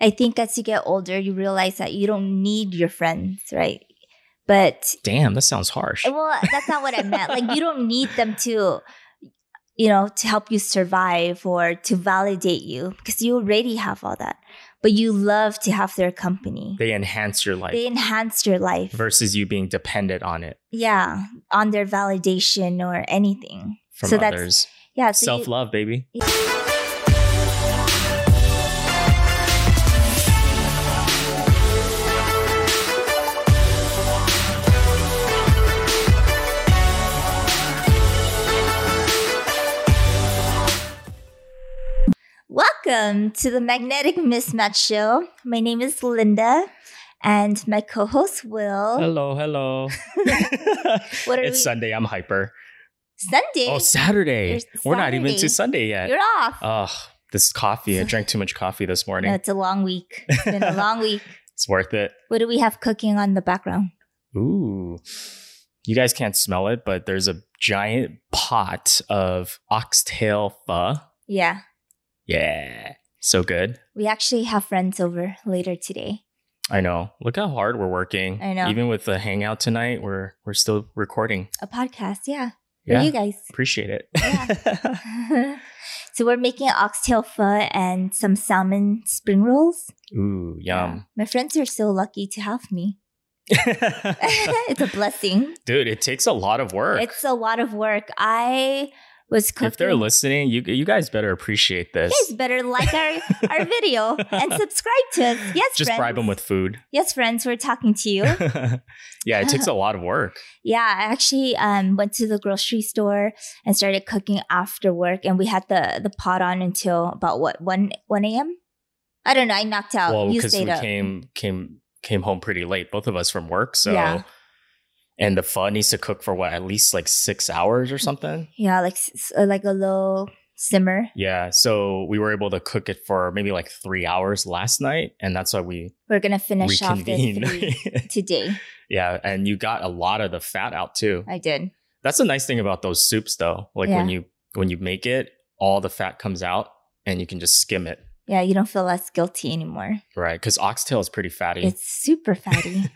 I think as you get older, you realize that you don't need your friends, right? But Damn, that sounds harsh. well, that's not what I meant. Like you don't need them to, you know, to help you survive or to validate you because you already have all that. But you love to have their company. They enhance your life They enhance your life. versus you being dependent on it yeah, on their validation or anything. from So that's- others. Yeah, so you- Self love, baby. Welcome to the Magnetic Mismatch Show. My name is Linda, and my co-host Will. Hello, hello. Oh. What are it's we- Sunday. I'm hyper. Sunday, Oh, Saturday. There's We're not even to Saturday. Sunday yet. you're off. Ugh, this coffee. I drank too much coffee this uh, morning. no, it's a long week. It's been a long week. It's worth it. What do we have cooking on the background? Ooh. You guys can't smell it, but there's a giant pot of oxtail pho. Yeah, Yeah. So good. we actually have friends over later today. I know. Look how hard we're working. I know. Even with the hangout tonight, we're we're still recording. A podcast, yeah, for Yeah. you guys. Appreciate it. Yeah. so we're making oxtail pho and some salmon spring rolls. Ooh, Yeah. yum. My friends are so lucky to have me. it's a blessing. Dude, it takes a lot of work. It's a lot of work. I was cooking. if they're listening, you you guys better appreciate you this. guys better like our, our video and subscribe to us. Yes, Just friends. bribe them with food. Yes, friends, we're talking to you. yeah, it takes a lot of work. yeah, I actually um, went to the grocery store and started cooking after work, and we had the the pot on until about what one one a.m. I don't know. I knocked out. well, Oh, you because we stayed up. came came came home pretty late, both of us from work. So, Yeah. and the pho needs to cook for what at least like six hours or something. yeah, like s- s- uh, like a low simmer. Yeah, so we were able to cook it for maybe like three hours last night, and that's why we We're gonna finish off this reconvened. three today. yeah, and you got a lot of the fat out too. I did. That's the nice thing about those soups, though. Like when you when you make it, all the fat comes out, and you can just skim it, Yeah, you don't feel less guilty anymore. right? Because oxtail is pretty fatty. It's super fatty.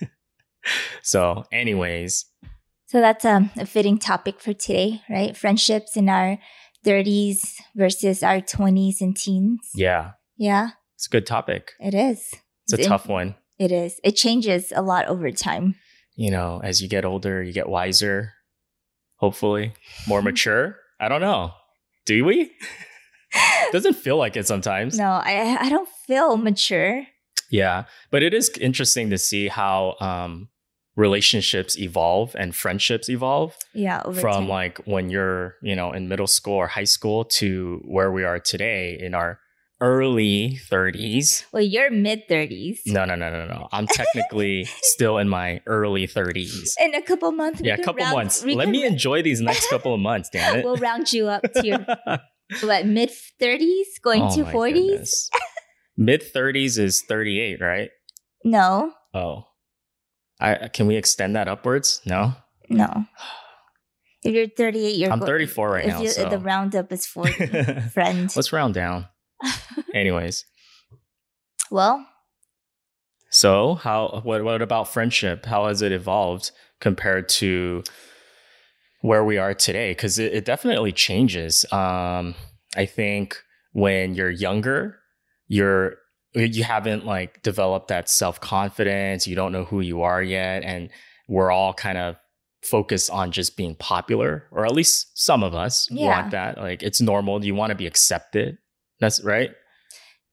so, anyways, So that's um, a fitting topic for today, right? Friendships in our 30s versus our 20s and teens. yeah, Yeah, it's a good topic. it is. It's a It- tough one. It is. It changes a lot over time. you know, as you get older, you get wiser, hopefully, more mature. I don't know. Do we? Doesn't feel like it sometimes. No, I I don't feel mature. Yeah. But it is interesting to see how um, relationships evolve and friendships evolve Yeah, over from time. like when you're, you know, in middle school or high school to where we are today in our early 30s. well, you're mid 30s. No, no, no, no, no. I'm technically still in my early 30s. In a couple months. we Yeah, a can couple round- months. we Let can- me enjoy these next couple of months, damn it. Oh We'll round you up to your what mid 30s, going to 40s. Mid 30s is 38, right? No, Oh. I can we extend that upwards? No. no. If you're 38, you're I'm go- 34 right if now, you- so. the roundup is 40, friend. Let's round down. Anyways, Well, so how what what about friendship? How has it evolved compared to where we are today? Because it, it definitely changes. Um, I think when you're younger, you're you haven't like developed that self confidence. You don't know who you are yet, and we're all kind of focused on just being popular, or at least some of us Yeah. want that. Like it's normal. You want to be accepted. That's right.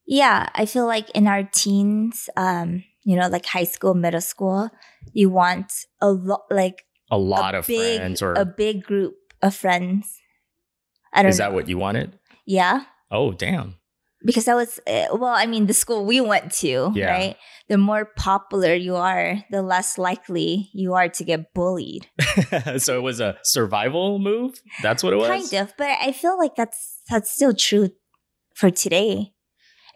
yeah, I feel like in our teens, um, you know, like high school, middle school, you want a lot, like A lot a of big, friends, or a big group of friends. I don't is know. that what you wanted? yeah, Oh, damn. because that was uh, well, I mean, the school we went to, Yeah. right? The more popular you are, the less likely you are to get bullied. so it was a survival move? That's what it was? Kind of, but I feel like that's that's still true for today.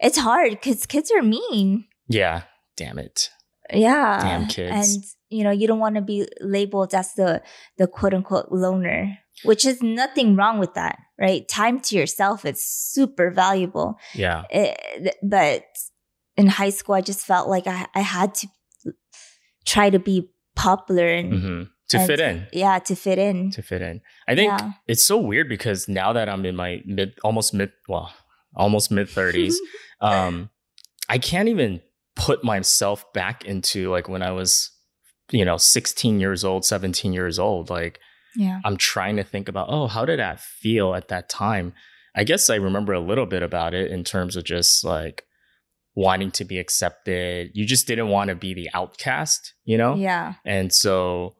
It's hard because kids are mean. Yeah. Damn it. Yeah. Damn kids. Uh, And you know, you don't want to be labeled as the the quote unquote loner, which is nothing wrong with that, right? Time to yourself is super valuable. Yeah. It, Eh, but in high school, I just felt like I, I had to try to be popular and hmm to and- fit in. yeah, to fit in. To fit in, I think yeah. it's so weird because now that I'm in my mid, almost mid, well, almost mid thirties, um, I can't even put myself back into like when I was, you know, 16 years old, 17 years old. Like yeah. I'm trying to think about, oh, how did that feel at that time? I guess I remember a little bit about it in terms of just like wanting to be accepted. You just didn't want to be the outcast, you know? Yeah. And so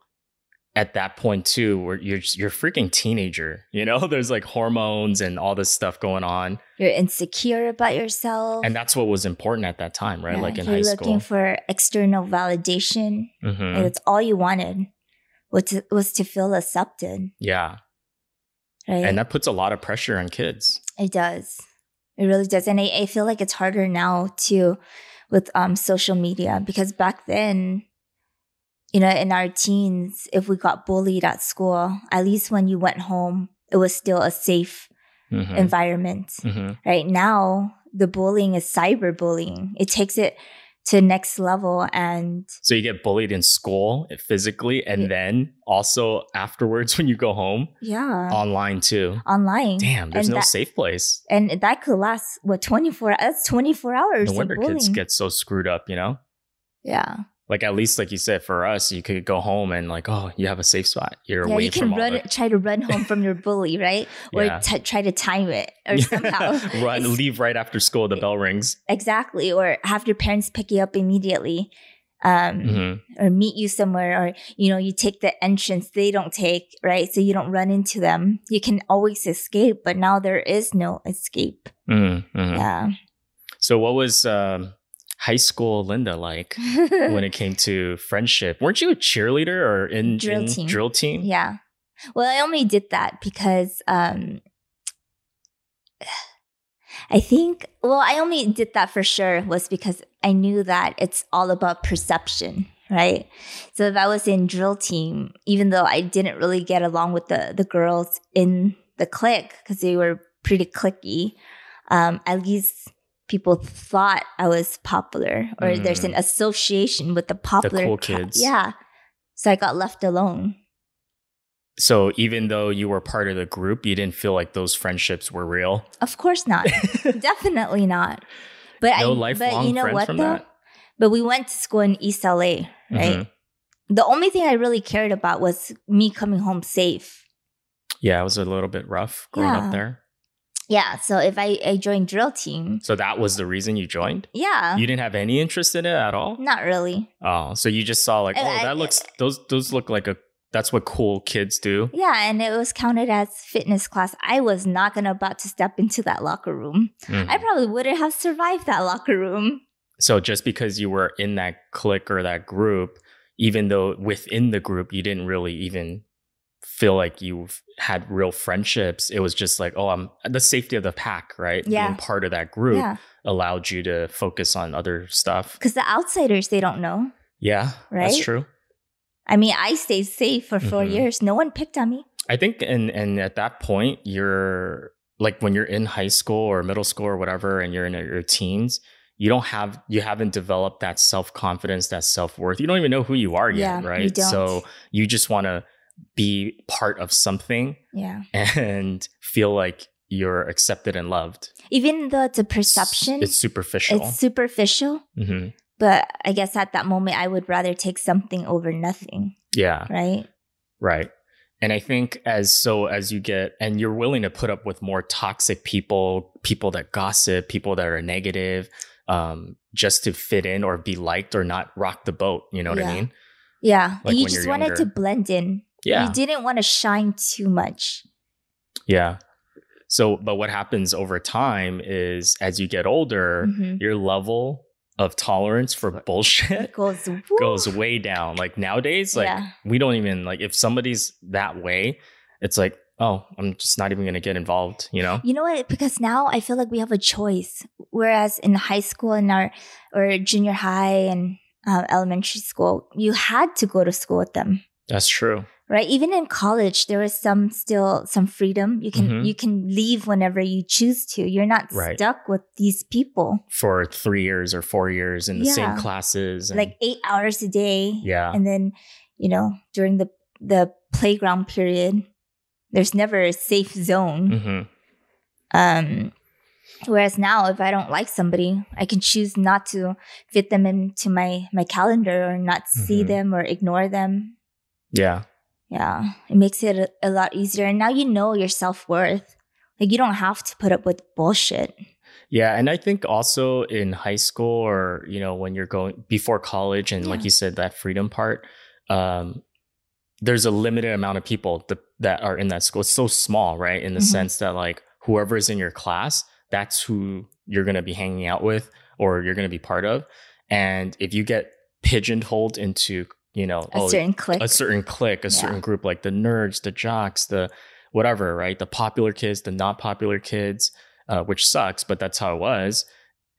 at that point too, where you're you're a freaking teenager, you know, there's like hormones and all this stuff going on. You're insecure about yourself. And that's what was important at that time, right? Oh. Yeah, like in you're high looking school. for external validation. Mhm. and That's all you wanted was to, was to feel accepted, Yeah. right? And that puts a lot of pressure on kids. It does. It really does. And I, I feel like it's harder now too with um, social media because back then, you know, in our teens, if we got bullied at school, at least when you went home, it was still a safe Mhm. environment. Mhm. Right now, the bullying is cyberbullying. It takes it to next level and So you get bullied in school eh, physically, and Yeah. then also afterwards when you go home, yeah, online too. online. Damn, Uh-huh. and there's no that- safe place. And that could last what twenty four. That's twenty four hours No of wonder bullying. kids get so screwed up, you know? yeah, Like at least like you said, for us, you could go home and like, oh, you have a safe spot. You're yeah. away You can from all run, the- try to run home from your bully, right? Or Yeah. t- try to time it, or Yeah. somehow Run, It's- leave right after school. The bell rings. exactly, or have your parents pick you up immediately. Um, hmm or meet you somewhere or you know you take the entrance they don't take right so you don't run into them you can always escape but now there is no escape yeah Mm-hmm. So, what was um, high school Linda like when it came to friendship? Weren't you a cheerleader or in Drill in team. Drill team? yeah well i only did that because um i think well i only did that for sure was because i knew that it's all about perception right so if i was in drill team even though i didn't really get along with the the girls in the clique because they were pretty clicky um at least people thought i was popular or there's an association with the Mm. the popular cool ca- kids. yeah so i got left alone So, even though you were part of the group, you didn't feel like those friendships were real. Of course not. Definitely not. But I, no lifelong but you know friends what from though? that. But we went to school in East LA, right? Mhm. The only thing I really cared about was me coming home safe. Yeah, it was a little bit rough growing Yeah. up there. Yeah. So if I, I joined drill team, So that was the reason you joined. yeah, You didn't have any interest in it at all. not really. Oh, so you just saw like, oh, I- I- that looks those those look like a that's what cool kids do. Yeah, and it was counted as fitness class. I was not gonna about to step into that locker room. Mhm. I probably wouldn't have survived that locker room. So just because you were in that clique or that group, even though within the group you didn't really even feel like you had real friendships, it was just like, oh, I'm the safety of the pack, right? Yeah. Being part of that group Yeah, allowed you to focus on other stuff. because the outsiders they don't know. Yeah, that's Right? true. I mean, I stayed safe for 4 Mhm. years. No one picked on me. I think, and and at that point, you're like when you're in high school or middle school or whatever, and you're in your teens, you don't have you haven't developed that self confidence, that self worth. You don't even know who you are yet, Yeah, you right? don't. So you just want to be part of something Yeah. and feel like you're accepted and loved. even though it's a perception, It's it's, superficial. superficial. hmm But I guess at that moment, I would rather take something over nothing, Yeah. right? Right. And I think as so as you get and you're willing to put up with more toxic people, people that gossip, people that are negative, um, just to fit in or be liked or not rock the boat. You know what I Yeah. mean? Yeah. Like you when just you're wanted to younger. blend in. Yeah. You didn't want to shine too much. Yeah. So, but what happens over time is as you get older, Mhm. your level of tolerance for It bullshit goes, goes woo. way down. Like nowadays, like Yeah. we don't even like if somebody's that way, it's like, oh, I'm just not even gonna get involved, you know? You know what? Because now I feel like we have a choice. Whereas in high school and our or junior high and uh, elementary school, you had to go to school with them, That's true. right even in college there is some still some freedom you can Mhm. you can leave whenever you choose to you're not Right. stuck with these people for three years or four years in the same Yeah. classes. and- like eight hours a day yeah, and then you know during the the playground period there's never a safe zone hmm um whereas now if i don't like somebody i can choose not to fit them into my my calendar or not see Mhm. them or ignore them yeah, Yeah, it makes it a, a lot easier. And now you know your self worth. Like you don't have to put up with bullshit. yeah. And I think also in high school or you know when you're going before college, and like Yeah. you said, that freedom part. Um, there's a limited amount of people th- that are in that school. It's so small, right? In the Mhm. sense that like whoever is in your class, that's who you're going to be hanging out with or you're going to be part of. And if you get pigeonholed into, you know, A certain click. Oh, a certain clique, a Yeah. certain group, like the nerds, the jocks, the whatever, right? The popular kids, the not popular kids, uh, which sucks, but that's how it was.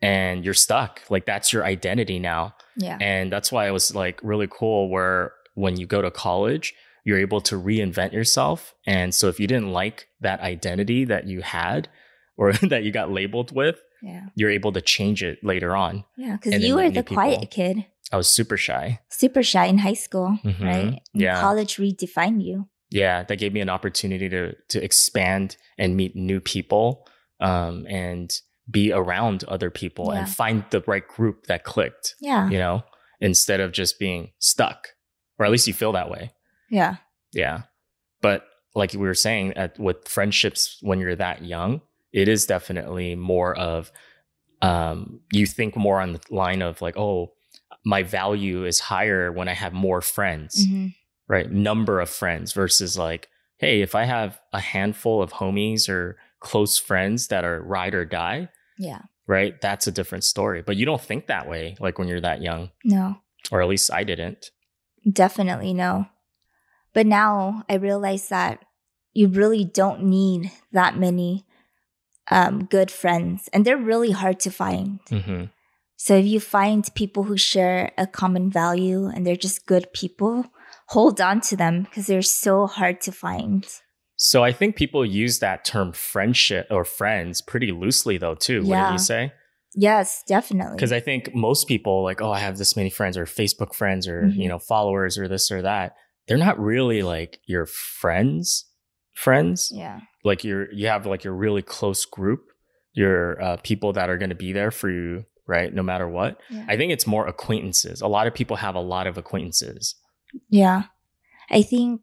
And you're stuck. Like that's your identity now. yeah. And that's why it was like really cool where when you go to college, you're able to reinvent yourself. And so if you didn't like that identity that you had or that you got labeled with, Yeah. you're able to change it later on. Yeah. Because And you then were meet new the quiet kid, I was super shy. super shy in high school, Mhm. right? And Yeah. College redefined you. yeah, that gave me an opportunity to to expand and meet new people um, and be around other people Yeah. and find the right group that clicked, Yeah. you know, instead of just being stuck, or at least you feel that way. Yeah. Yeah. But like we were saying, at, with friendships when you're that young, it is definitely more of um, you think more on the line of like, oh, my value is higher when I have more friends hmm right number of friends versus like hey if i have a handful of homies or close friends that are ride or die Yeah. right that's a different story but you don't think that way like when you're that young No, or at least i didn't definitely no. But now I realize that you really don't need that many um, good friends, and they're really hard to find. mm-hmm. So if you find people who share a common value and they're just good people, hold on to them because they're so hard to find. so i think people use that term friendship or friends pretty loosely though too wouldn't Yeah. you say Yes, definitely. because i think most people like oh i have this many friends or facebook friends or Mhm. you know followers or this or that they're not really like your friends friends yeah. like your you have like your really close group your uh, people that are going to be there for you right no matter what Yeah. i think it's more acquaintances a lot of people have a lot of acquaintances yeah. I think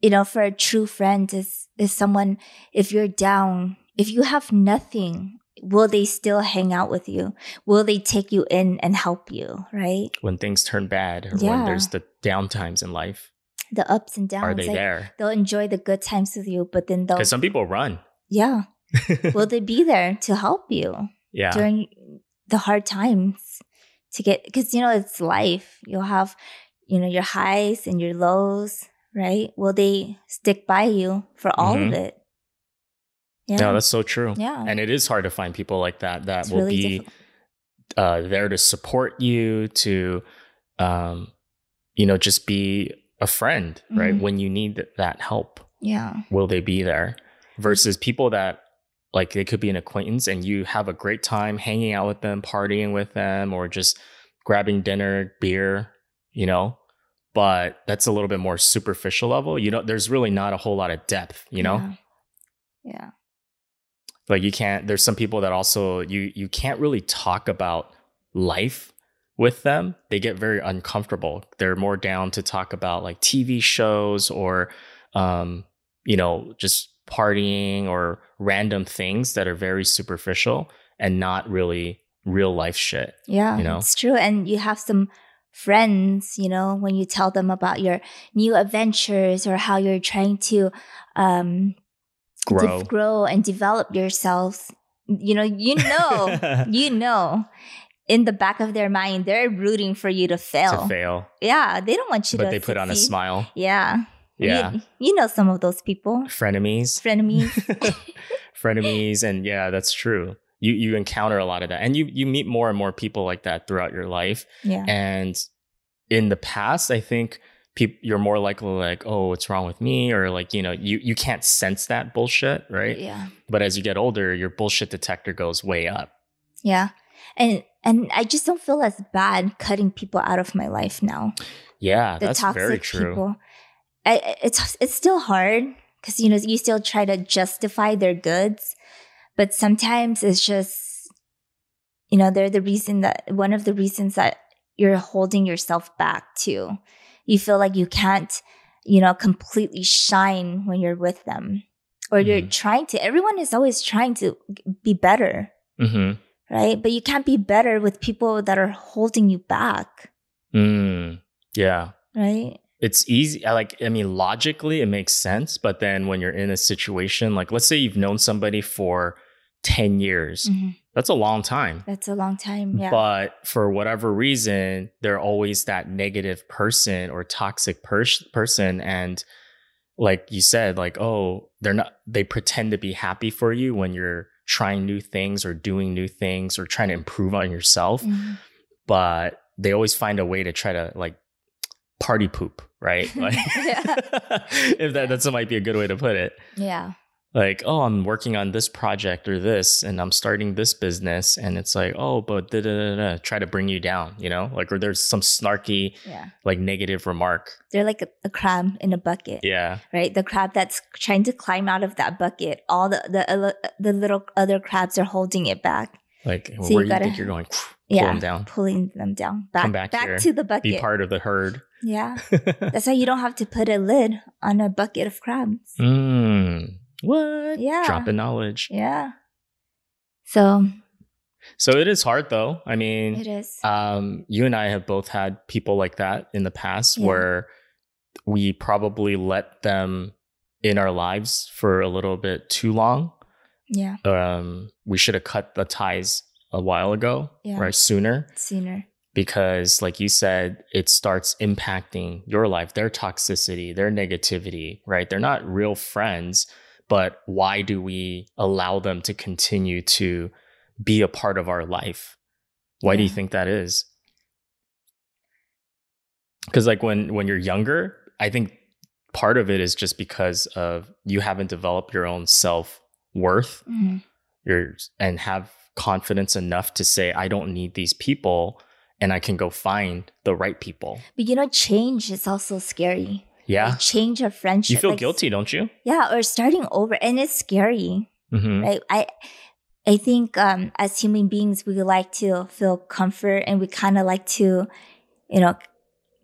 you know for a true friend is is someone if you're down, if you have nothing, will they still hang out with you? Will they take you in and help you, right? when things turn bad or when Yeah. there's the downtimes in life The ups and downs. are they like, there They'll enjoy the good times with you, but then they'll because some people run Yeah. Will they be there to help you? yeah during the hard times to get because you know it's life you'll have you know your highs and your lows right will they stick by you for all Mhm. of it yeah no that's so true yeah and it is hard to find people like that that it's will really be difficult uh, there to support you to um, you know just be a friend right Mhm. when you need that help yeah will they be there versus people that like they could be an acquaintance and you have a great time hanging out with them partying with them or just grabbing dinner beer you know but that's a little bit more superficial level you know there's really not a whole lot of depth you know yeah, yeah. like you can't there's some people that also you you can't really talk about life with them they get very uncomfortable they're more down to talk about like tv shows or um you know just partying or random things that are very superficial and not really real life shit Yeah, You know? it's true. And you have some friends, you know, when you tell them about your new adventures or how you're trying to um, de- Grow. grow and develop yourselves, you know, you know, you know, in the back of their mind, they're rooting for you to fail. to fail Yeah, they don't want you but to. they put on a succeed. smile Yeah, yeah You, you know some of those people, frenemies frenemies. frenemies and yeah that's true you you encounter a lot of that and you you meet more and more people like that throughout your life Yeah, and in the past i think peop you're more likely like, oh, what's wrong with me? Or like, you know, you, you can't sense that bullshit, right? Yeah. But as you get older, your bullshit detector goes way up. Yeah. And and I just don't feel as bad cutting people out of my life now. Yeah, The Uh, that's toxic very true. people. I- I, it's it's still hard because you know you still try to justify their goods, but sometimes it's just you know they're the reason that one of the reasons that you're holding yourself back too. You feel like you can't you know completely shine when you're with them, or you're trying to. Everyone is always trying to be better Mm-hmm. right? But you can't be better with people that are holding you back, Mm, yeah. right? It's easy. I Like, I mean, logically, it makes sense. But then when you're in a situation, like, let's say you've known somebody for 10 years, Mm-hmm. that's a long time. That's a long time. Yeah. But for whatever reason, they're always that negative person or toxic pers- person. And like you said, like, oh, they're not, they pretend to be happy for you when you're trying new things or doing new things or trying to improve on yourself. Mhm. But they always find a way to try to like party poop, right? Like, Yeah. if that, that's, that might be a good way to put it Yeah. like oh i'm working on this project or this and i'm starting this business and it's like oh but da, da, da, da, try to bring you down you know like or there's some snarky Yeah. like negative remark They're like a, a crab in a bucket, yeah right? The crab that's trying to climb out of that bucket. All the the, uh, the little other crabs are holding it back, like So you where you gotta- think you're going pull Yeah. them down pulling them down back Come back here. to the be bucket. part of the herd yeah. That's why you don't have to put a lid on a bucket of crabs. mm, what Yeah. dropping knowledge Yeah. So so it is hard though i mean it is. um, you and I have both had people like that in the past Yeah. where we probably let them in our lives for a little bit too long. Yeah. Um, we should have cut the ties a while ago Yeah. or sooner Sooner. because, like you said, it starts impacting your life, their toxicity, their negativity, right? They're not real friends, but why do we allow them to continue to be a part of our life? Why do you Yeah. think that is? Because, like, when, when you're younger, I think part of it is just because of you haven't developed your own self worth Mhm. your and have confidence enough to say I don't need these people and I can go find the right people. But you know, change is also scary. Yeah. like, change of friendship. You feel like, guilty, don't you? Yeah, or starting over. And it's scary. Mm-hmm. Right. I I think um as human beings we like to feel comfort and we kinda like to, you know,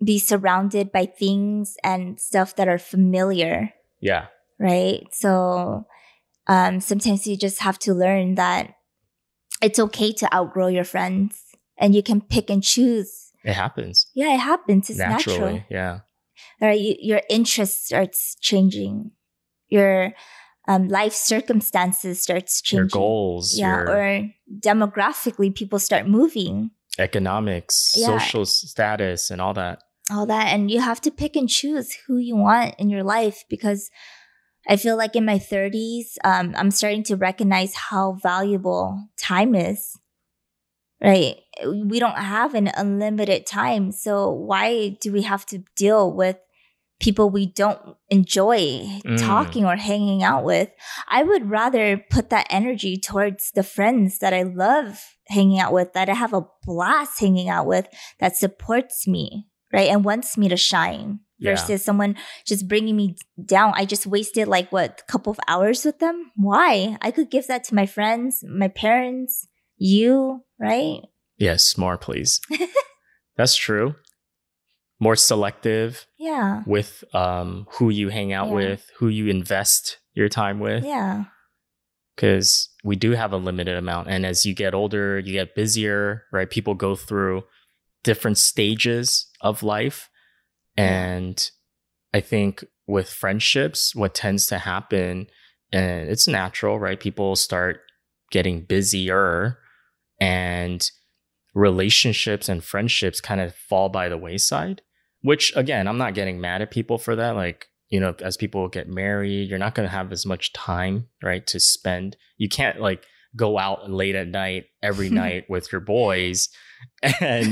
be surrounded by things and stuff that are familiar, Yeah. right? So um sometimes you just have to learn that it's okay to outgrow your friends and you can pick and choose. It happens Yeah, it happens. It's naturally. natural. Yeah. right? You, your interests starts changing, your um, life circumstances starts changing, Your goals, yeah, your or demographically, people start moving, economics, Yeah. social status and all that. all that, and you have to pick and choose who you want in your life because I feel like in my thirties, um, I'm starting to recognize how valuable time is. Right. We don't have an unlimited time. So why do we have to deal with people we don't enjoy Mm. talking or hanging out with? I would rather put that energy towards the friends that I love hanging out with, that I have a blast hanging out with, that supports me, right? And wants me to shine Yeah. versus someone just bringing me down. I just wasted like what, a couple of hours with them? Why? I could give that to my friends, my parents, you, right? Yes, more please. That's true. More selective Yeah. with um who you hang out Yeah. with, who you invest your time with. Yeah. because we do have a limited amount. And as you get older, you get busier, right? People go through different stages of life. And I think with friendships, what tends to happen, and it's natural, right? People start getting busier and relationships and friendships kind of fall by the wayside, which again, I'm not getting mad at people for that. Like, you know, as people get married, you're not going to have as much time, right, to spend. You can't like go out late at night every night with your boys and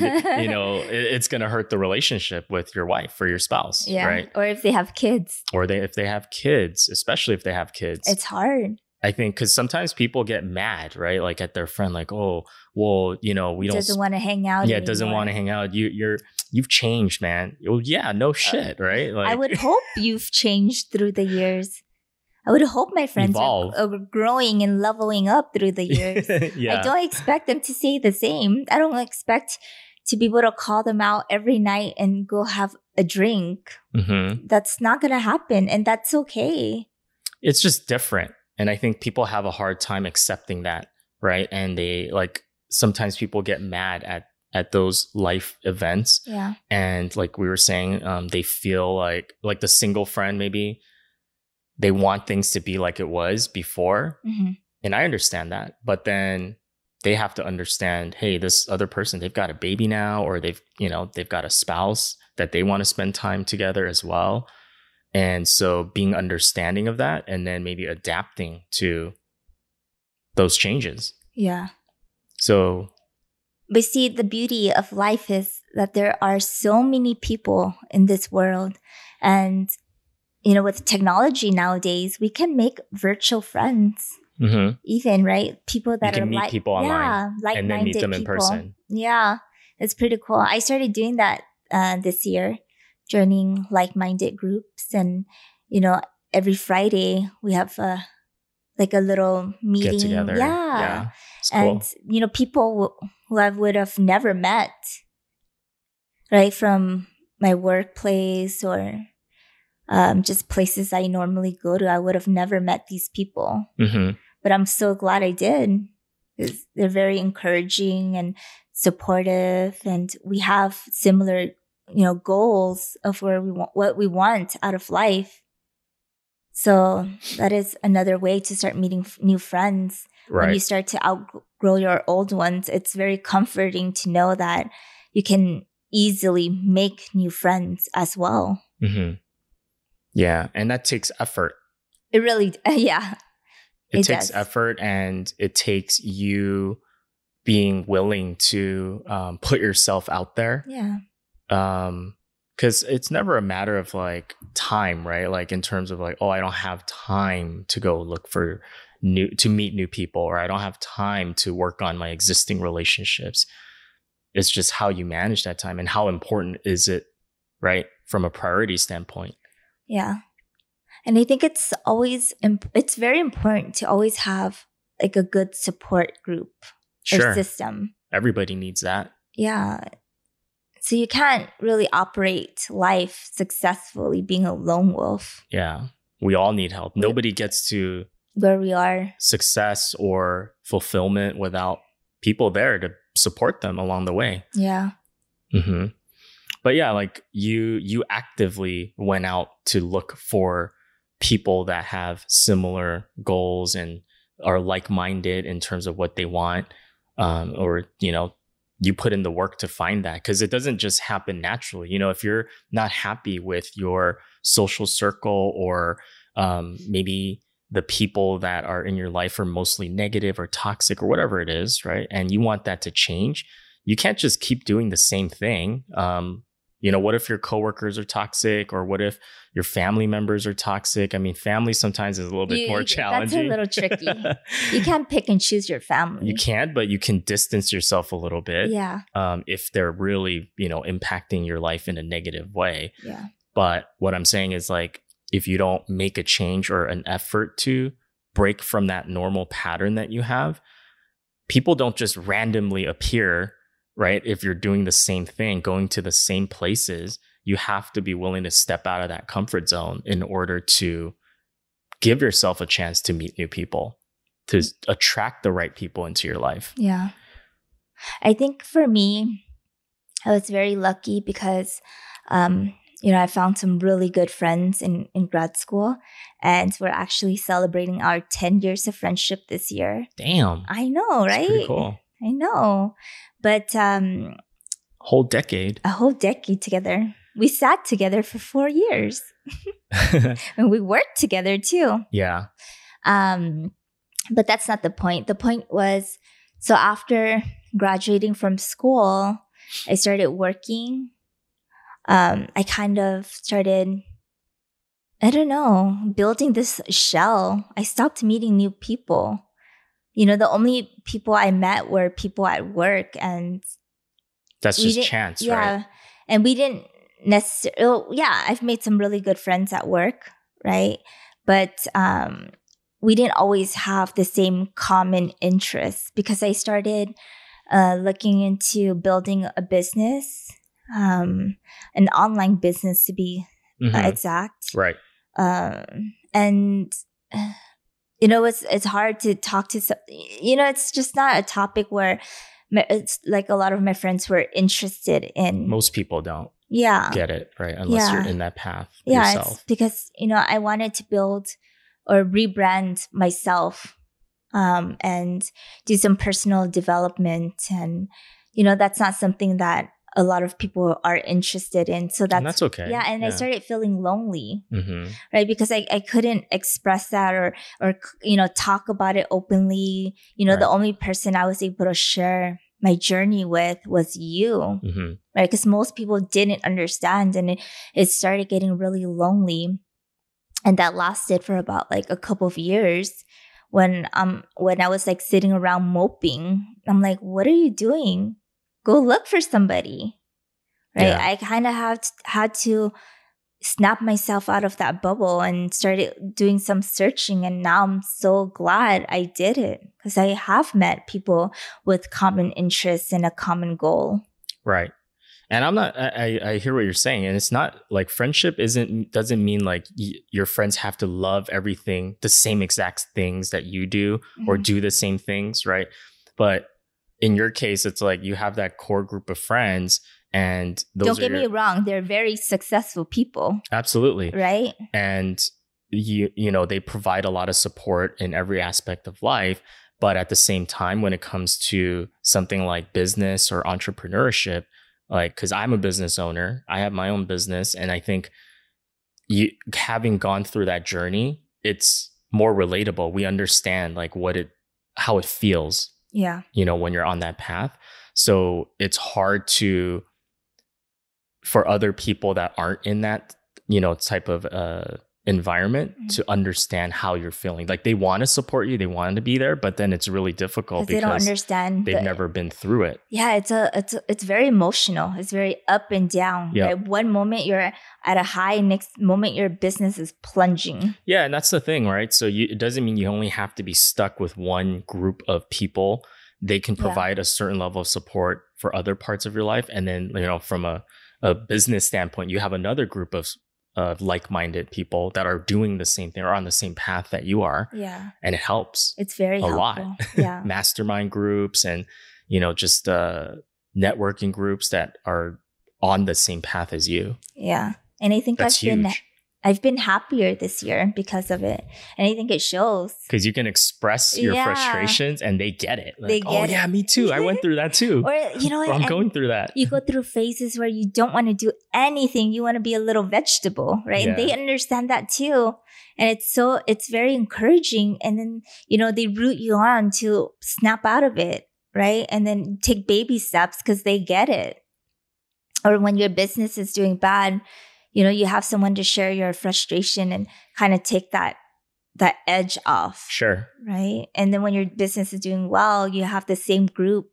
you know it, it's going to hurt the relationship with your wife or your spouse yeah. right Or if they have kids, or they if they have kids especially if they have kids it's hard. i think because sometimes people get mad right like at their friend like oh well you know we don't doesn't want to hang out. yeah doesn't want to hang out you you're you've changed man well yeah no shit right like Uh, I would hope you've changed through the years. I would hope my friends are, Evolve. are growing and leveling up through the years. yeah I don't expect them to say the same. I don't expect to be able to call them out every night and go have a drink. hmm That's not going to happen. And that's okay. it's just different and i think people have a hard time accepting that right and they like sometimes people get mad at at those life events Yeah. and like we were saying um they feel like like the single friend maybe they want things to be like it was before hmm and i understand that but then they have to understand hey this other person they've got a baby now or they've you know they've got a spouse that they want to spend time together as well and so being understanding of that and then maybe adapting to those changes Yeah. so But see, the beauty of life is that there are so many people in this world. And, you know, with technology nowadays, we can make virtual friends, mhm, even, right? People that can are meet like, people online yeah, like and then meet them in person Yeah, it's pretty cool. I started doing that uh, this year, joining like-minded groups, and you know, every Friday we have a like a little meeting. get together yeah, it's cool and you know, people who- who I would have never met, right from my workplace or um, just places I normally go to, I would have never met these people Mhm. but I'm so glad I did. 'cause They're very encouraging and supportive, and we have similar, you know, goals of where we want what we want out of life. So that is another way to start meeting f- new friends. When you right start to outgrow your old ones, it's very comforting to know that you can easily make new friends as well. mhm. yeah and that takes effort It really, yeah, it, It takes does. effort and it takes you being willing to um, put yourself out there yeah, um because it's never a matter of like time right like in terms of like oh i don't have time to go look for new to meet new people or i don't have time to work on my existing relationships it's just how you manage that time and how important is it right from a priority standpoint Yeah. And I think it's always imp- it's very important to always have like a good support group sure or system. everybody needs that Yeah. So you can't really operate life successfully being a lone wolf yeah we all need help nobody gets to where we are. success or fulfillment without people there to support them along the way. Yeah. hmm But yeah, like you, you actively went out to look for people that have similar goals and are like-minded in terms of what they want, um, or you know, you put in the work to find that because it doesn't just happen naturally. You know, if you're not happy with your social circle or um, maybe the people that are in your life are mostly negative or toxic or whatever it is, right? And you want that to change, you can't just keep doing the same thing. Um, you know, what if your coworkers are toxic or what if your family members are toxic? I mean, family sometimes is a little bit You- more that's a challenging. little tricky. You can't pick and choose your family. You can, but you can distance yourself a little bit Yeah. um, if they're really, you know, impacting your life in a negative way. Yeah. But what I'm saying is like, if you don't make a change or an effort to break from that normal pattern that you have, people don't just randomly appear, right? If you're doing the same thing, going to the same places, you have to be willing to step out of that comfort zone in order to give yourself a chance to meet new people, to s- attract the right people into your life. Yeah. I think for me, I was very lucky because, um, you know, I found some really good friends in, in grad school, and we're actually celebrating our 10 years of friendship this year. Damn. I know, That's right? pretty cool. I know. But um, Whole decade. a whole decade together. We sat together for four years and we worked together too. yeah. Um, But that's not the point. The point was so after graduating from school, I started working. Um, I kind of started, I don't know, building this shell. I stopped meeting new people. You know, the only people I met were people at work, and That's we just didn't- chance, yeah, right? and we didn't necessarily. Yeah, I've made some really good friends at work, right? But um, we didn't always have the same common interests because I started uh, looking into building a business, um, an online business to be uh, Mhm. exact Right. um, and uh, you know it's it's hard to talk to some, you know it's just not a topic where my, it's like a lot of my friends were interested in Most people don't yeah get it, right? Unless Ah. Yeah. you're in that path yeah it's yourself. because you know I wanted to build or rebrand myself um, and do some personal development and you know that's not something that a lot of people are interested in so that's, and that's okay. yeah and I started feeling lonely hmm right because I, I couldn't express that or or you know talk about it openly you know the Right. only person i was able to share my journey with was you hmm right because most people didn't understand and it, it started getting really lonely and that lasted for about like a couple of years when um when i was like sitting around moping i'm like what are you doing go look for somebody right Yeah. i kind of have t- had to snap myself out of that bubble and started doing some searching and now i'm so glad i did it because i have met people with common interests and a common goal Right. And I'm not. I, I I hear what you're saying, and it's not like friendship isn't doesn't mean like y- your friends have to love everything, the same exact things that you do, or Mm-hmm. do the same things, right? But in your case, it's like you have that core group of friends, and those Don't are get me your- wrong, they're very successful people, absolutely, right? and you you know they provide a lot of support in every aspect of life but at the same time when it comes to something like business or entrepreneurship like cuz I'm a business owner I have my own business and I think you having gone through that journey it's more relatable we understand like what it how it feels Yeah. you know when you're on that path so it's hard to for other people that aren't in that you know type of uh environment Mhm. to understand how you're feeling like they want to support you they want to be there but then it's really difficult Because they don't because understand. they've the- never been through it Yeah, it's a it's a, it's very emotional. It's very up and down. Yeah. Right? One moment you're at a high, next moment your business is plunging. Yeah, and that's the thing, right? So you, it doesn't mean you only have to be stuck with one group of people. They can Yeah. provide a certain level of support for other parts of your life, and then you know, from a, a business standpoint, you have another group of of like-minded people that are doing the same thing or on the same path that you are, Yeah. and it helps. It's very A helpful. lot. Yeah. Mastermind groups and you know just uh, networking groups that are on the same path as you. Yeah. And I think That's I've been huge I've been happier this year because of it. And I think it shows. because you can express your Yeah. frustrations and they get it. Like, They oh get yeah, me too. I went through that too. Or you know, Or I'm and- going through that. you go through phases where you don't want to do anything you want to be a little vegetable right and Yeah. they understand that too and it's so it's very encouraging and then you know they root you on to snap out of it right and then take baby steps because they get it or when your business is doing bad you know you have someone to share your frustration and kind of take that that edge off sure. right? And then when your business is doing well, you have the same group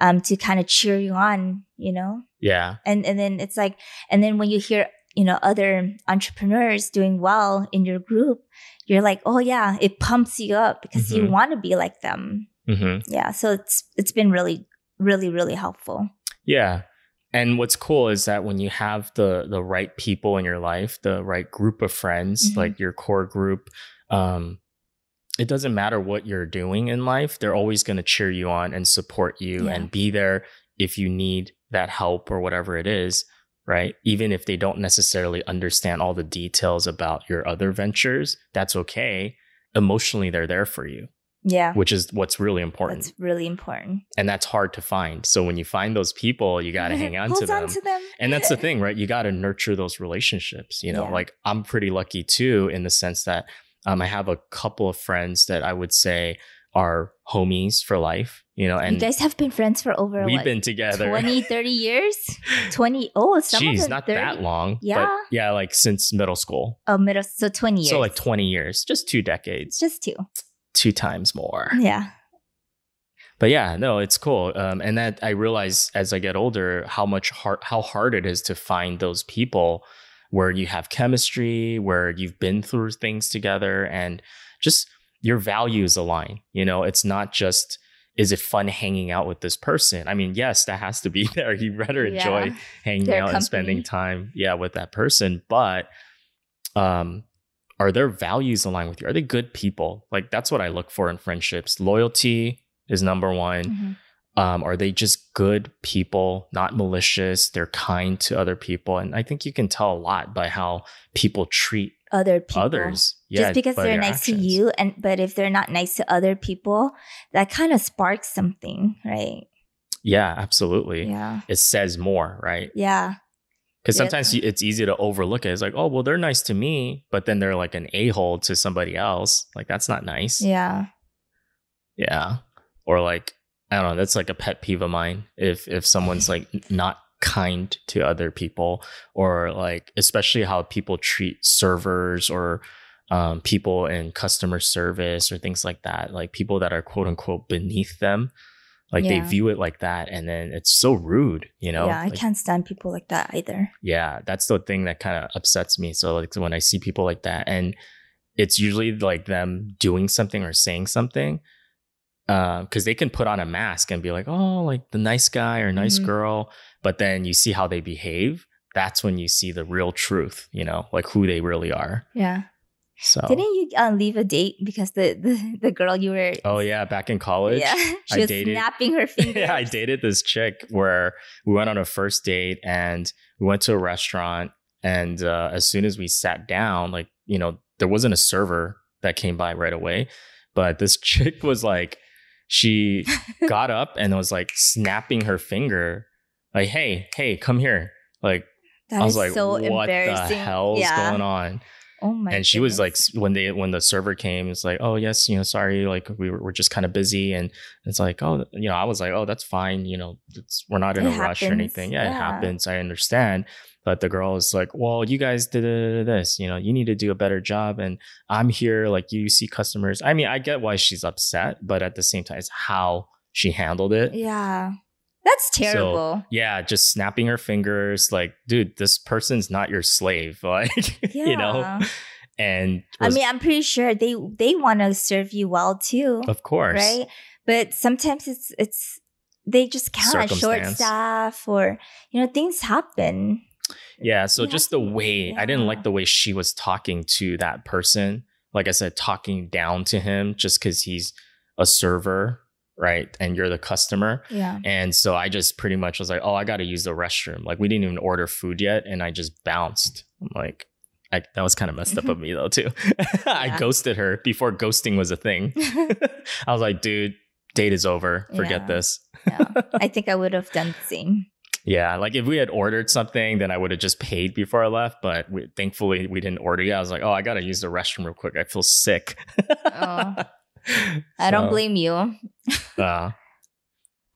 um, to kind of cheer you on, you know. Yeah. And and then it's like, and then when you hear you know other entrepreneurs doing well in your group, you're like, oh yeah, it pumps you up because you Mhm. want to be like them. hmm Yeah. So it's it's been really really really helpful. Yeah. And what's cool is that when you have the the right people in your life, the right group of friends, Mhm. like your core group, um, it doesn't matter what you're doing in life. They're always going to cheer you on and support you Yeah. and be there if you need that help or whatever it is, right? Even if they don't necessarily understand all the details about your other ventures, that's okay. Emotionally, they're there for you, Yeah. which is what's really important. That's really important. and that's hard to find. So when you find those people, you got to hang on to Hold them. on to them. and that's the thing, right? You got to nurture those relationships. You know, Yeah. like I'm pretty lucky too, in the sense that Um, I have a couple of friends that I would say are homies for life, you know, and you guys have been friends for over we've what, been together. 20, 30 years? 20, oh, some of Jeez, them not 30. that long. Yeah. But yeah, like since middle school. Oh, middle, so 20 years. So like 20 years, just two decades, It's just two. two times more. Yeah. But yeah, no, it's cool. Um, and that I realize as I get older how much hard, how hard it is to find those people where you have chemistry, where you've been through things together, and just your values align. You know, it's not just is it fun hanging out with this person. I mean, yes, that has to be there. You better enjoy Yeah. hanging Their out and spending time, yeah, with that person. But um, are their values aligned with you? Are they good people? Like that's what I look for in friendships. Loyalty is number one. Mhm. Um, are they just good people, not malicious? They're kind to other people, and I think you can tell a lot by how people treat Other people. others. Yeah, just because by they're their nice to actions. you and but if they're not nice to other people that kind of sparks something right Yeah, absolutely. yeah It says more, right? yeah Because Yeah. sometimes you it's easy to overlook it. It's like, oh, well, they're nice to me, but then they're like an a hole to somebody else. Like that's not nice. yeah Yeah. Or like, I don't know, that's like a pet peeve of mine. If if someone's like n- not kind to other people, or like especially how people treat servers or um, people in customer service or things like that, like people that are quote unquote beneath them, like Yeah. they view it like that, and then it's so rude, you know? yeah i Like, can't stand people like that either yeah that's the thing that kind of upsets me so like when i see people like that and it's usually like them doing something or saying something because they can put on a mask and be like oh like the nice guy or nice Mhm. girl but then you see how they behave that's when you see the real truth you know like who they really are yeah so didn't you uh, leave a date because the, the the girl you were oh yeah back in college yeah she I was dated- snapping her fingers yeah, I dated this chick where we went on a first date and we went to a restaurant. And uh, as soon as we sat down, like, you know, there wasn't a server that came by right away. But this chick was like, she got up and was like snapping her finger, like, hey, hey, come here. Like, That I was is like, so what the embarrassing hell's yeah going on? oh my and she was like goodness. s- when they when the server came it's like oh yes you know sorry like we were, we're just kind of busy and it's like oh you know i was like oh that's fine you know it's, we're not in It a rush or happens, anything yeah, it yeah. happens i understand but the girl is like well you guys did uh, this you know you need to do a better job and i'm here like you see customers i mean i get why she's upset but at the same time it's how she handled it yeah that's So- terrible yeah, just snapping her fingers, like, dude, this person's not your slave. Like, you know, Yeah. and i was- mean i'm pretty sure they they want to serve you well too of course, right? But sometimes it's it's they just count on short Circumstance. staff or you know things happen. Yeah. So You have just to- the way I didn't yeah. like the way she was talking to that person. Like I said, talking down to him just because he's a server, right? And you're the customer. Yeah, And so I just pretty much was like, oh, I got to use the restroom. Like we didn't even order food yet. And I just bounced. I'm like, I, that was kind of messed up of me though, too. I Yeah. ghosted her before ghosting was a thing. I was like, dude, date is over. Forget Yeah. this. yeah. I think I would have done the same. Yeah, like if we had ordered something, then I would have just paid before I left. But we, thankfully, we didn't order yet. I was like, oh, I gotta use the restroom real quick. I feel sick. Oh. I don't So, blame you. uh,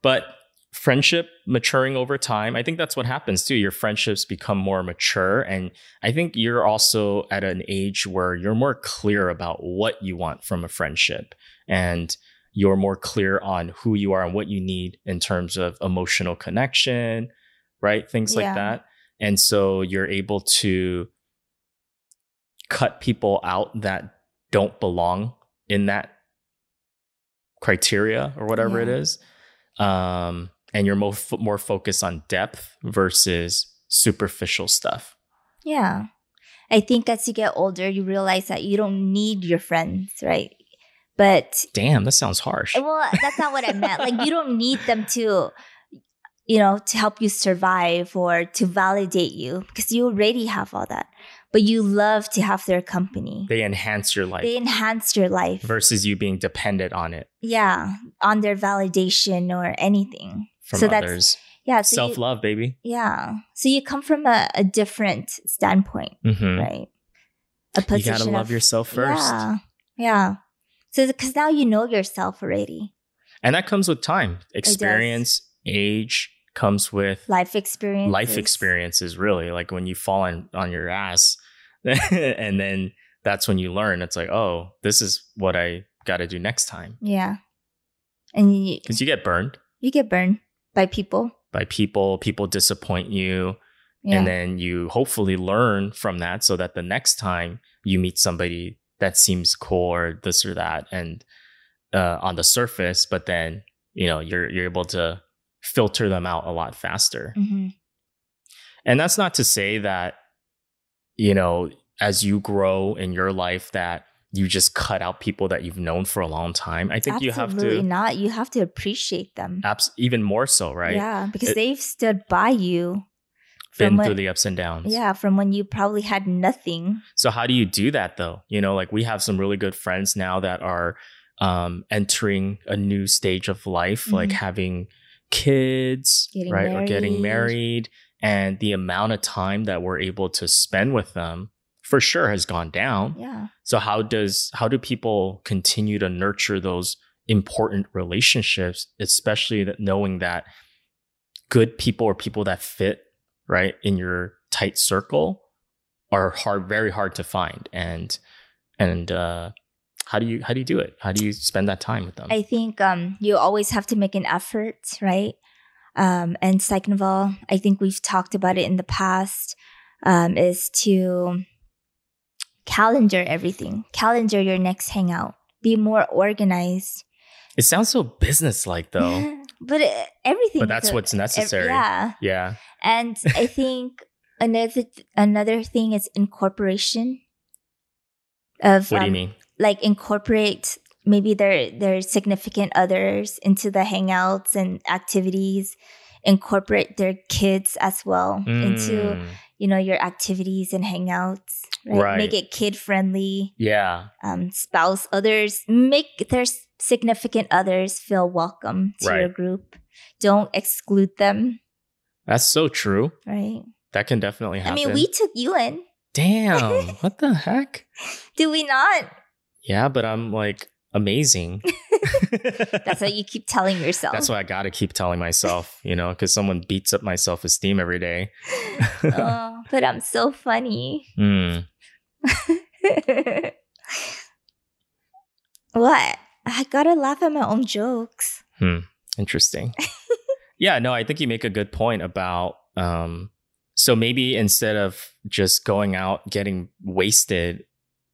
but friendship maturing over time, I think that's what happens too. Your friendships become more mature, and I think you're also at an age where you're more clear about what you want from a friendship, and you're more clear on who you are and what you need in terms of emotional connection, right? Things Yeah. like that. And so you're able to cut people out that don't belong in that criteria or whatever it Yeah. is. Um, and you're more, f- more focused on depth versus superficial stuff. Yeah, I think as you get older, you realize that you don't need your friends, right? But Damn, that sounds harsh. well, that's not what I meant. Like you don't need them to. You know, to help you survive or to validate you because you already have all that, but you love to have their company. They enhance your life they enhanced your life. versus you being dependent on it yeah, on their validation or anything. from So that's- others. Yeah, so Self love, baby. You, yeah, so you come from a, a different standpoint, Mm-hmm. right? A You gotta love yourself first. Yeah, Yeah. So because now you know yourself already. And that comes with time. Experience, age comes with Life experience. life experiences, really. Like when you fall on, on your ass, and then that's when you learn. It's like, oh, this is what I got to do next time. Yeah. And you, Because you get burned you get burned by people. by people, people disappoint you. Yeah. And then you hopefully learn from that so that the next time you meet somebody that seems cool or this or that and uh, on the surface, but then you know you're you're able to filter them out a lot faster. Mhm. And that's not to say that you know as you grow in your life that you just cut out people that you've known for a long time. I think Absolutely you have to not. You have to appreciate them. abs- even more so, right? Yeah, because It- they've stood by you. Been from when- through the ups and downs. yeah, from when you probably had nothing. So how do you do that though? You know, like we have some really good friends now that are um, entering a new stage of life, like Mhm. having kids, Getting right, or getting married, married. and the amount of time that we're able to spend with them for sure has gone down. Yeah. So how does how do people continue to nurture those important relationships, especially that knowing that good people or people that fit right in your tight circle are hard, very hard to find, and and uh, how do you how do you do it? How do you spend that time with them? I think um, you always have to make an effort, right? Um, and second of all, I think we've talked about it in the past, um, is to calendar everything, calendar your next hangout, be more organized. it sounds so business like though, but uh, everything. but that's what's necessary. Yeah. yeah. And I think another another thing is incorporation of What do you um, mean? like incorporate maybe their their significant others into the hangouts and activities incorporate their kids as well into Mm, you know your activities and hangouts right, Right. make it kid friendly yeah, um, spouse others make their s- significant others feel welcome to your Right. group don't exclude them that's so true. right That can definitely happen. i mean we took you in damn, what the heck? do we not Yeah, but I'm like amazing. that's what you keep telling yourself That's why I got to keep telling myself, you know, because someone beats up my self esteem every day. oh, but i'm so funny Hmm. what? I gotta laugh at my own jokes. interesting. yeah, no, I think you make a good point about. Um, so maybe instead of just going out getting wasted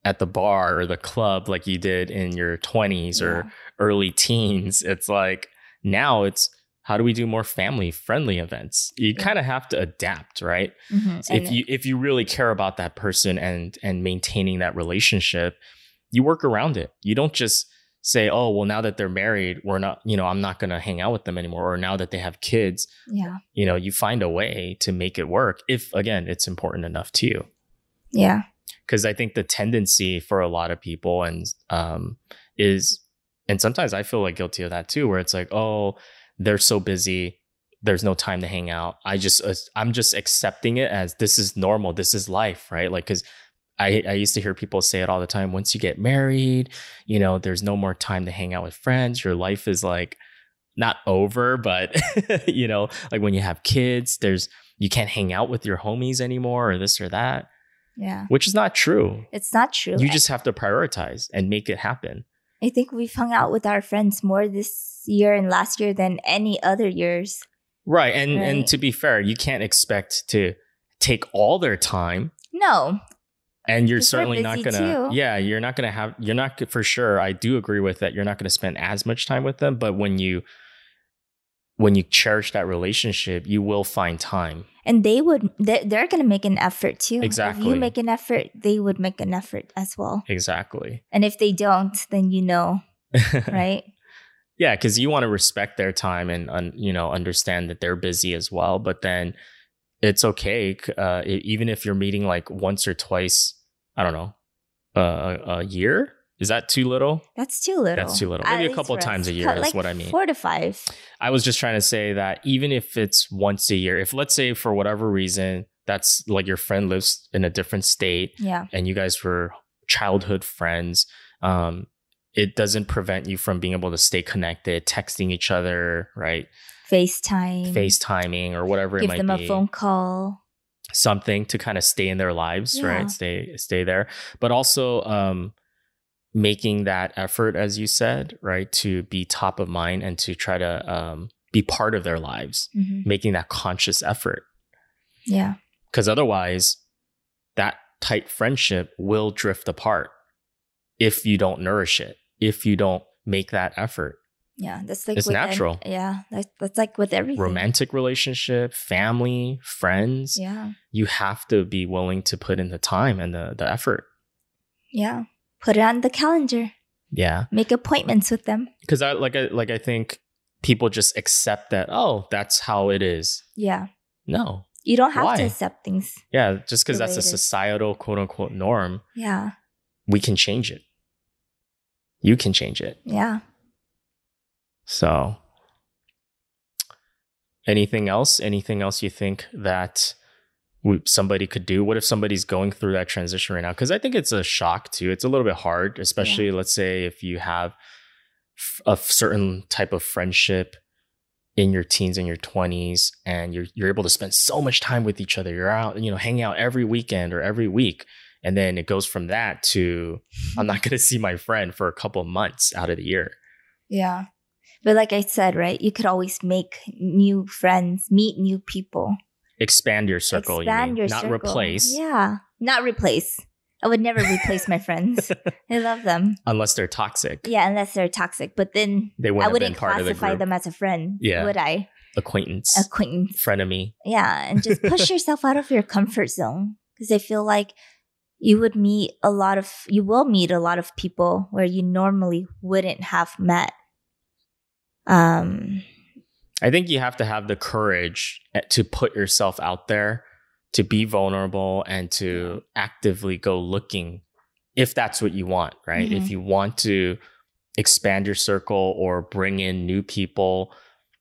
at the bar or the club like you did in your 20s or early teens, it's like now it's how do we do more family friendly events? You Yeah. kind of have to adapt, right? Yeah. Mhm. if And- you if you really care about that person and and maintaining that relationship you work around it you don't just say oh well now that they're married we're not you know i'm not going to hang out with them anymore or now that they have kids yeah, you know you find a way to make it work if again it's important enough to you yeah, because i think the tendency for a lot of people and um is and sometimes i feel like guilty of that too where it's like oh they're so busy there's no time to hang out i just uh, i'm just accepting it as this is normal this is life right like because I, I used to hear people say it all the time once you get married you know there's no more time to hang out with friends your life is like not over but you know like when you have kids there's you can't hang out with your homies anymore or this or that yeah. which is not true It's not true. you just have to prioritize and make it happen. I think we've hung out with our friends more this year and last year than any other years. Right. And and Right. to be fair, you can't expect to take all their time No, and you're 'Cause we're certainly not going busy to too. Yeah, you're not going to have you're not g- for sure. I do agree with that. You're not going to spend as much time with them, but when you when you cherish that relationship, you will find time. and they would. They, they're gonna make an effort too. If Exactly. you make an effort, they would make an effort as well. Exactly. And if they don't, then you know, right? Yeah, because you want to respect their time and un, you know understand that they're busy as well. But then it's okay, c- uh, e- even if you're meeting like once or twice. I don't know, uh, a- a year is that too little? That's too little. That's too little. At Maybe a least couple for us. times a year Cut is like what I mean. Four to five. I was just trying to say that even if it's once a year, if let's say for whatever reason that's like your friend lives in a different state Yeah. and you guys were childhood friends. um, it doesn't prevent you from being able to stay connected, texting each other, right? FaceTime, FaceTiming or whatever it give might them be. a phone call. something to kind of stay in their lives, Yeah. right? Stay stay there. But also um making that effort as you said, right, to be top of mind and to try to um be part of their lives, hmm making that conscious effort Yeah. because otherwise that tight friendship will drift apart if you don't nourish it, if you don't make that effort. Yeah. That's like It's with an- natural. yeah. That's, that's like with everything. Romantic relationship, family, friends, Yeah. you have to be willing to put in the time and the, the effort. Yeah. Put it on the calendar. Yeah. Make appointments with them. because I like I like I think people just accept that oh that's how it is. Yeah. No, You don't have Why? to accept things. yeah, just because The that's way a it is. societal quote unquote norm, Yeah. we can change it. You can change it. Yeah. So, anything else? Anything else you think that we, somebody could do? What if somebody's going through that transition right now? Because I think it's a shock too. It's a little bit hard, especially let's say if you have f- a certain type of friendship in your teens and your 20s and you're, you're able to spend so much time with each other you're out you know hanging out every weekend or every week and then it goes from that to i'm not going to see my friend for a couple months out of the year Yeah. But like I said, right? You could always make new friends, meet new people, expand your circle you mean, not circle. replace Yeah. Not replace. I would never replace my friends. I love them. unless they're toxic Yeah, unless they're toxic. But then they I wouldn't, have wouldn't been part of the classify group them as a friend. Yeah. Would I? acquaintance Acquaintance. frenemy Yeah. And just push yourself out of your comfort zone. Because I feel like you would meet a lot of, you will meet a lot of people where you normally wouldn't have met. Um, i think you have to have the courage at- to put yourself out there to be vulnerable and to actively go looking if that's what you want right Mm-hmm. if you want to expand your circle or bring in new people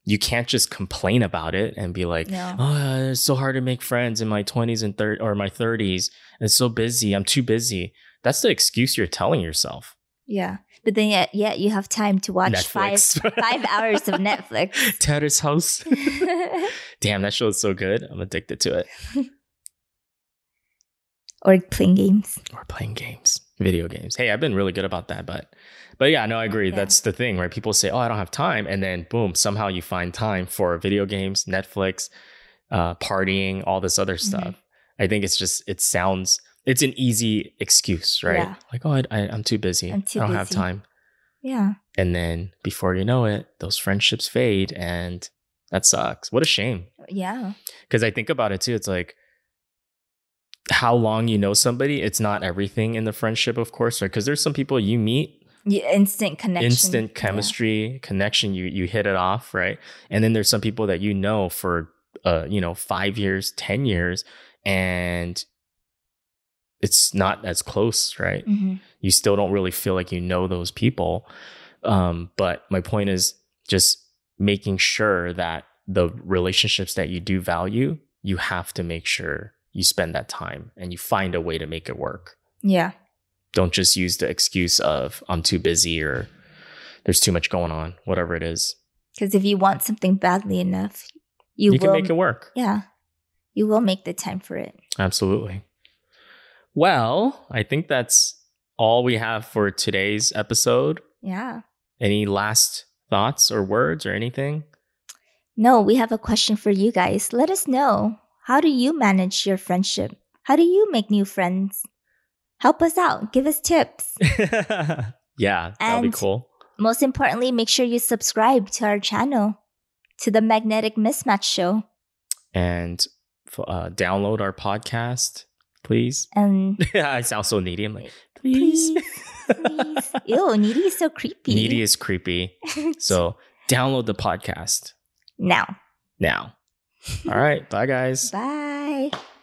you can't just complain about it and be like no. oh, it's so hard to make friends in my 20s and 30 or my 30s. It's so busy. I'm too busy. That's the excuse you're telling yourself. Yeah. But then yet, yet you have time to watch five five hours of Netflix. Terrace House. Damn, that show is so good. I'm addicted to it. or playing games. Or playing games, video games. Hey, I've been really good about that, but but yeah, no, I agree. Yeah. That's the thing, right? People say, "Oh, I don't have time," and then boom, somehow you find time for video games, Netflix, uh, partying, all this other stuff. I think it's just it sounds it's an easy excuse, right? Yeah. Like, oh, I, I, I'm too busy. I'm too I don't have busy." time. Yeah. And then before you know it, those friendships fade, and that sucks. What a shame. Yeah. Because I think about it too. It's like how long you know somebody. It's not everything in the friendship, of course, right? Because there's some people you meet yeah. Instant connection. instant chemistry connection you you hit it off right and then there's some people that you know for uh you know 5 years 10 years and it's not as close right Yeah. Mhm. you still don't really feel like you know those people um but my point is just making sure that the relationships that you do value you have to make sure you spend that time and you find a way to make it work Yeah. don't just use the excuse of I'm too busy or there's too much going on, whatever it is. Because if you want something badly enough, you, You, will. can make it work. yeah. You will make the time for it. Absolutely. Well, I think that's all we have for today's episode. Yeah. Any last thoughts or words or anything? No, we have a question for you guys. Let us know. How do you manage your friendship? How do you make new friends? Help us out. Give us tips. yeah, that'll be And- cool. Most importantly, make sure you subscribe to our channel, to the Magnetic Mismatch Show, And f- uh, download our podcast, please. and I sound so needy. I'm like, please, please. please. Ew, needy is so creepy. needy is creepy. So download the podcast. now. now. All right. Bye, guys. Bye.